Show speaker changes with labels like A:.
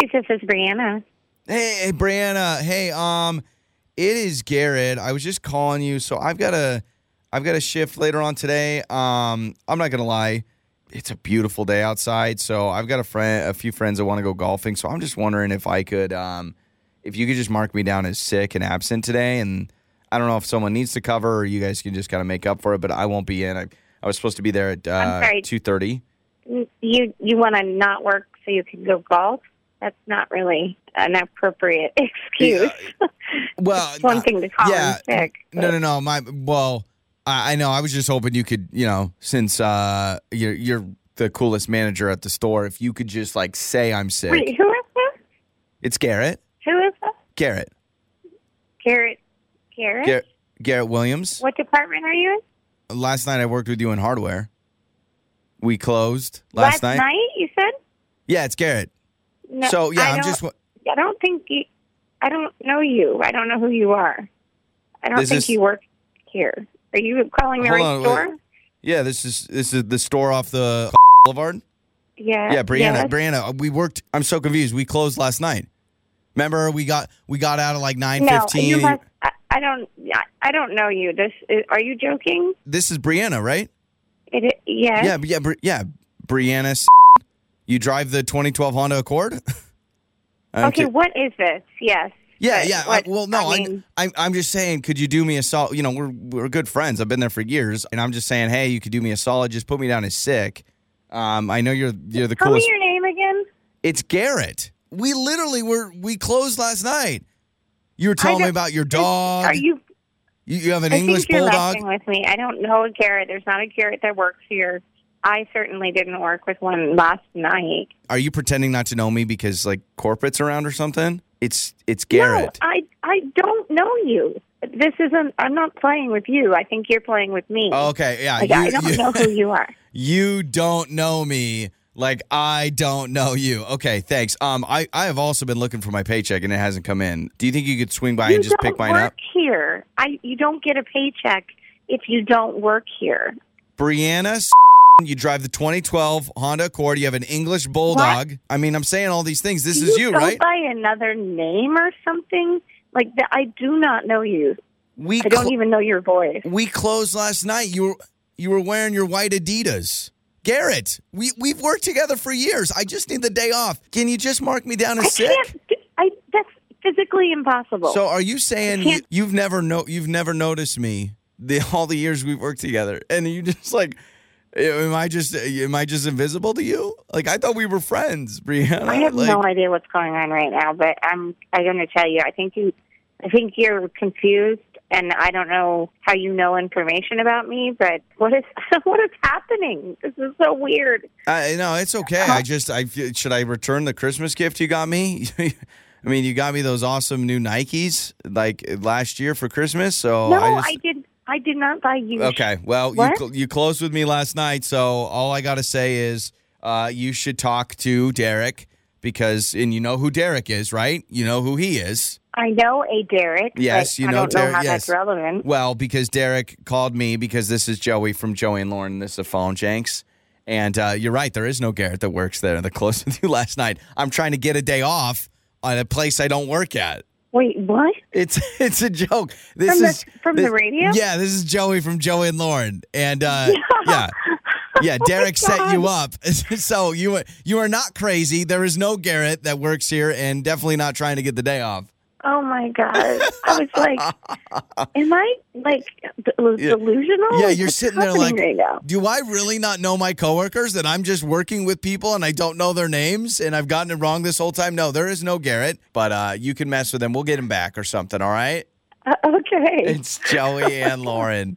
A: This is Brianna.
B: Hey, hey, Brianna. Hey, um, it is Garrett. I was just calling you, so I've got a, I've got a shift later on today. Um, I'm not gonna lie, it's a beautiful day outside, so I've got a friend, a few friends that want to go golfing. So I'm just wondering if I could, um, if you could just mark me down as sick and absent today, and I don't know if someone needs to cover or you guys can just kind of make up for it, but I won't be in. I, I was supposed to be there at uh,
A: sorry.
B: two thirty.
A: You you want to not work so you can go golf? That's not really an appropriate excuse.
B: Well,
A: It's one
B: uh,
A: thing to call
B: yeah,
A: in sick.
B: No, no, no. My well, I, I know. I was just hoping you could, you know, since uh, you're you're the coolest manager at the store, if you could just like say I'm sick.
A: Wait, who is this?
B: It's Garrett.
A: Who is this?
B: Garrett.
A: Garrett. Garrett.
B: Gar- Garrett Williams.
A: What department are you in?
B: Last night I worked with you in hardware. We closed last,
A: night? you said.
B: Yeah, it's Garrett.
A: No,
B: so yeah,
A: I
B: I'm
A: don't-
B: just. wa-
A: I don't think you. I don't know you. I don't know who you are. I don't
B: Is
A: think
B: this-
A: you work here. Are you calling the
B: Hold
A: right
B: on, wait.
A: store?
B: Yeah, this is this is the store off the Boulevard.
A: Yeah.
B: Yeah, Brianna,
A: yes.
B: Brianna, uh, we worked. I'm so confused. We closed last night. Remember, we got we got out at like nine
A: No,
B: fifteen.
A: you must, I, I don't. I, I don't know you. This is, are you joking?
B: This is Brianna, right?
A: It, it yes.
B: Yeah, yeah, Bri- yeah. Brianna, S- you drive the 2012 Honda Accord. I don't
A: Okay.
B: care.
A: What is this? Yes.
B: Yeah,
A: But
B: yeah. I-
A: what-
B: well, no,
A: I
B: I
A: mean-
B: I'm, I'm just saying, could you do me a solid? You know, we're we're good friends. I've been there for years, and I'm just saying, hey, you could do me a solid. Just put me down as sick. Um, I know you're you're the
A: Tell me
B: coolest.
A: your name again.
B: It's Garrett. We literally were we closed last night. You were
A: I
B: telling me
A: don't-
B: about your dog.
A: Are you?
B: You, you have an
A: I
B: English
A: think you're
B: bulldog.
A: laughing with me. I don't know a Garrett. There's not a Garrett that works here. I certainly didn't work with one last night.
B: Are you pretending not to know me because like corporate's around or something? It's it's Garrett.
A: No, I I don't know you. This isn't. I'm not playing with you. I think you're playing with me.
B: okay, yeah.
A: Like,
B: Oh, you,
A: I don't
B: you,
A: know who you are.
B: you don't know me like I don't know you. Okay, thanks. Um, I I have also been looking for my paycheck and it hasn't come in. Do you think you could swing by
A: you
B: and just
A: don't
B: pick mine
A: work
B: up,
A: here. I you don't get a paycheck if you don't work here.
B: Brianna? s- You drive the 2012 Honda Accord. You have an English bulldog. I mean, I'm saying all these things. This
A: Do
B: is you,
A: go
B: right?
A: By another name or something like that. I do not know you.
B: We
A: I
B: cl-
A: don't even know your voice.
B: We closed last night. You were you were wearing your white Adidas. Garrett, we we've worked together for years. I just need the day off. Can you just mark me down as
A: I
B: sick?
A: can't. do- I that's physically impossible.
B: So are you saying you,
A: can't-
B: you've never no you've never noticed me the all the years we've worked together and you just like am I just am I just invisible to you? Like I thought we were friends, Brianna.
A: I have
B: like,
A: no idea what's going on right now, but I'm I'm going to tell you. I think you, I think you're confused, and I don't know how you know information about me. But what is what is happening? This is so weird.
B: I, no, it's okay.
A: Uh-huh.
B: I just I feel- should I return the Christmas gift you got me? I mean, you got me those awesome new Nikes like last year for Christmas, so
A: no,
B: Oh, I
A: I,
B: just
A: did I did not buy you.
B: Okay. Well, you,
A: What?
B: cl- you closed with me last night, so all I got to say is uh, you should talk to Derek because, and you know who Derek is, right? You know who he is.
A: I know a Derek. but
B: Yes, you
A: I
B: know
A: don't
B: Derek,
A: Know how
B: yes.
A: that's relevant.
B: Well, because Derek called me because this is Joey from Joey and Lauren. This is Phone Janks. And uh, you're right. There is no Garrett that works there. That closed with you last night. I'm trying to get a day off on a place I don't work at.
A: Wait, what?
B: It's it's a joke. This
A: From the-
B: is
A: from the radio?
B: Yeah, this is Joey from Joey and Lauren, and uh, yeah,
A: Oh
B: yeah. Derek set you up, so you you are not crazy. There is no Garrett that works here, and definitely not trying to get the day off.
A: Oh my god! I was like, am I like del-
B: Yeah.
A: delusional?
B: Yeah, you're
A: What's
B: sitting there
A: happening
B: like-
A: right now?
B: Do I really not know my coworkers? That I'm just working with people and I don't know their names, and I've gotten it wrong this whole time. No, there is no Garrett, but uh, you can mess with him. We'll get him back or something. All right.
A: Uh, okay.
B: It's Joey and Lauren.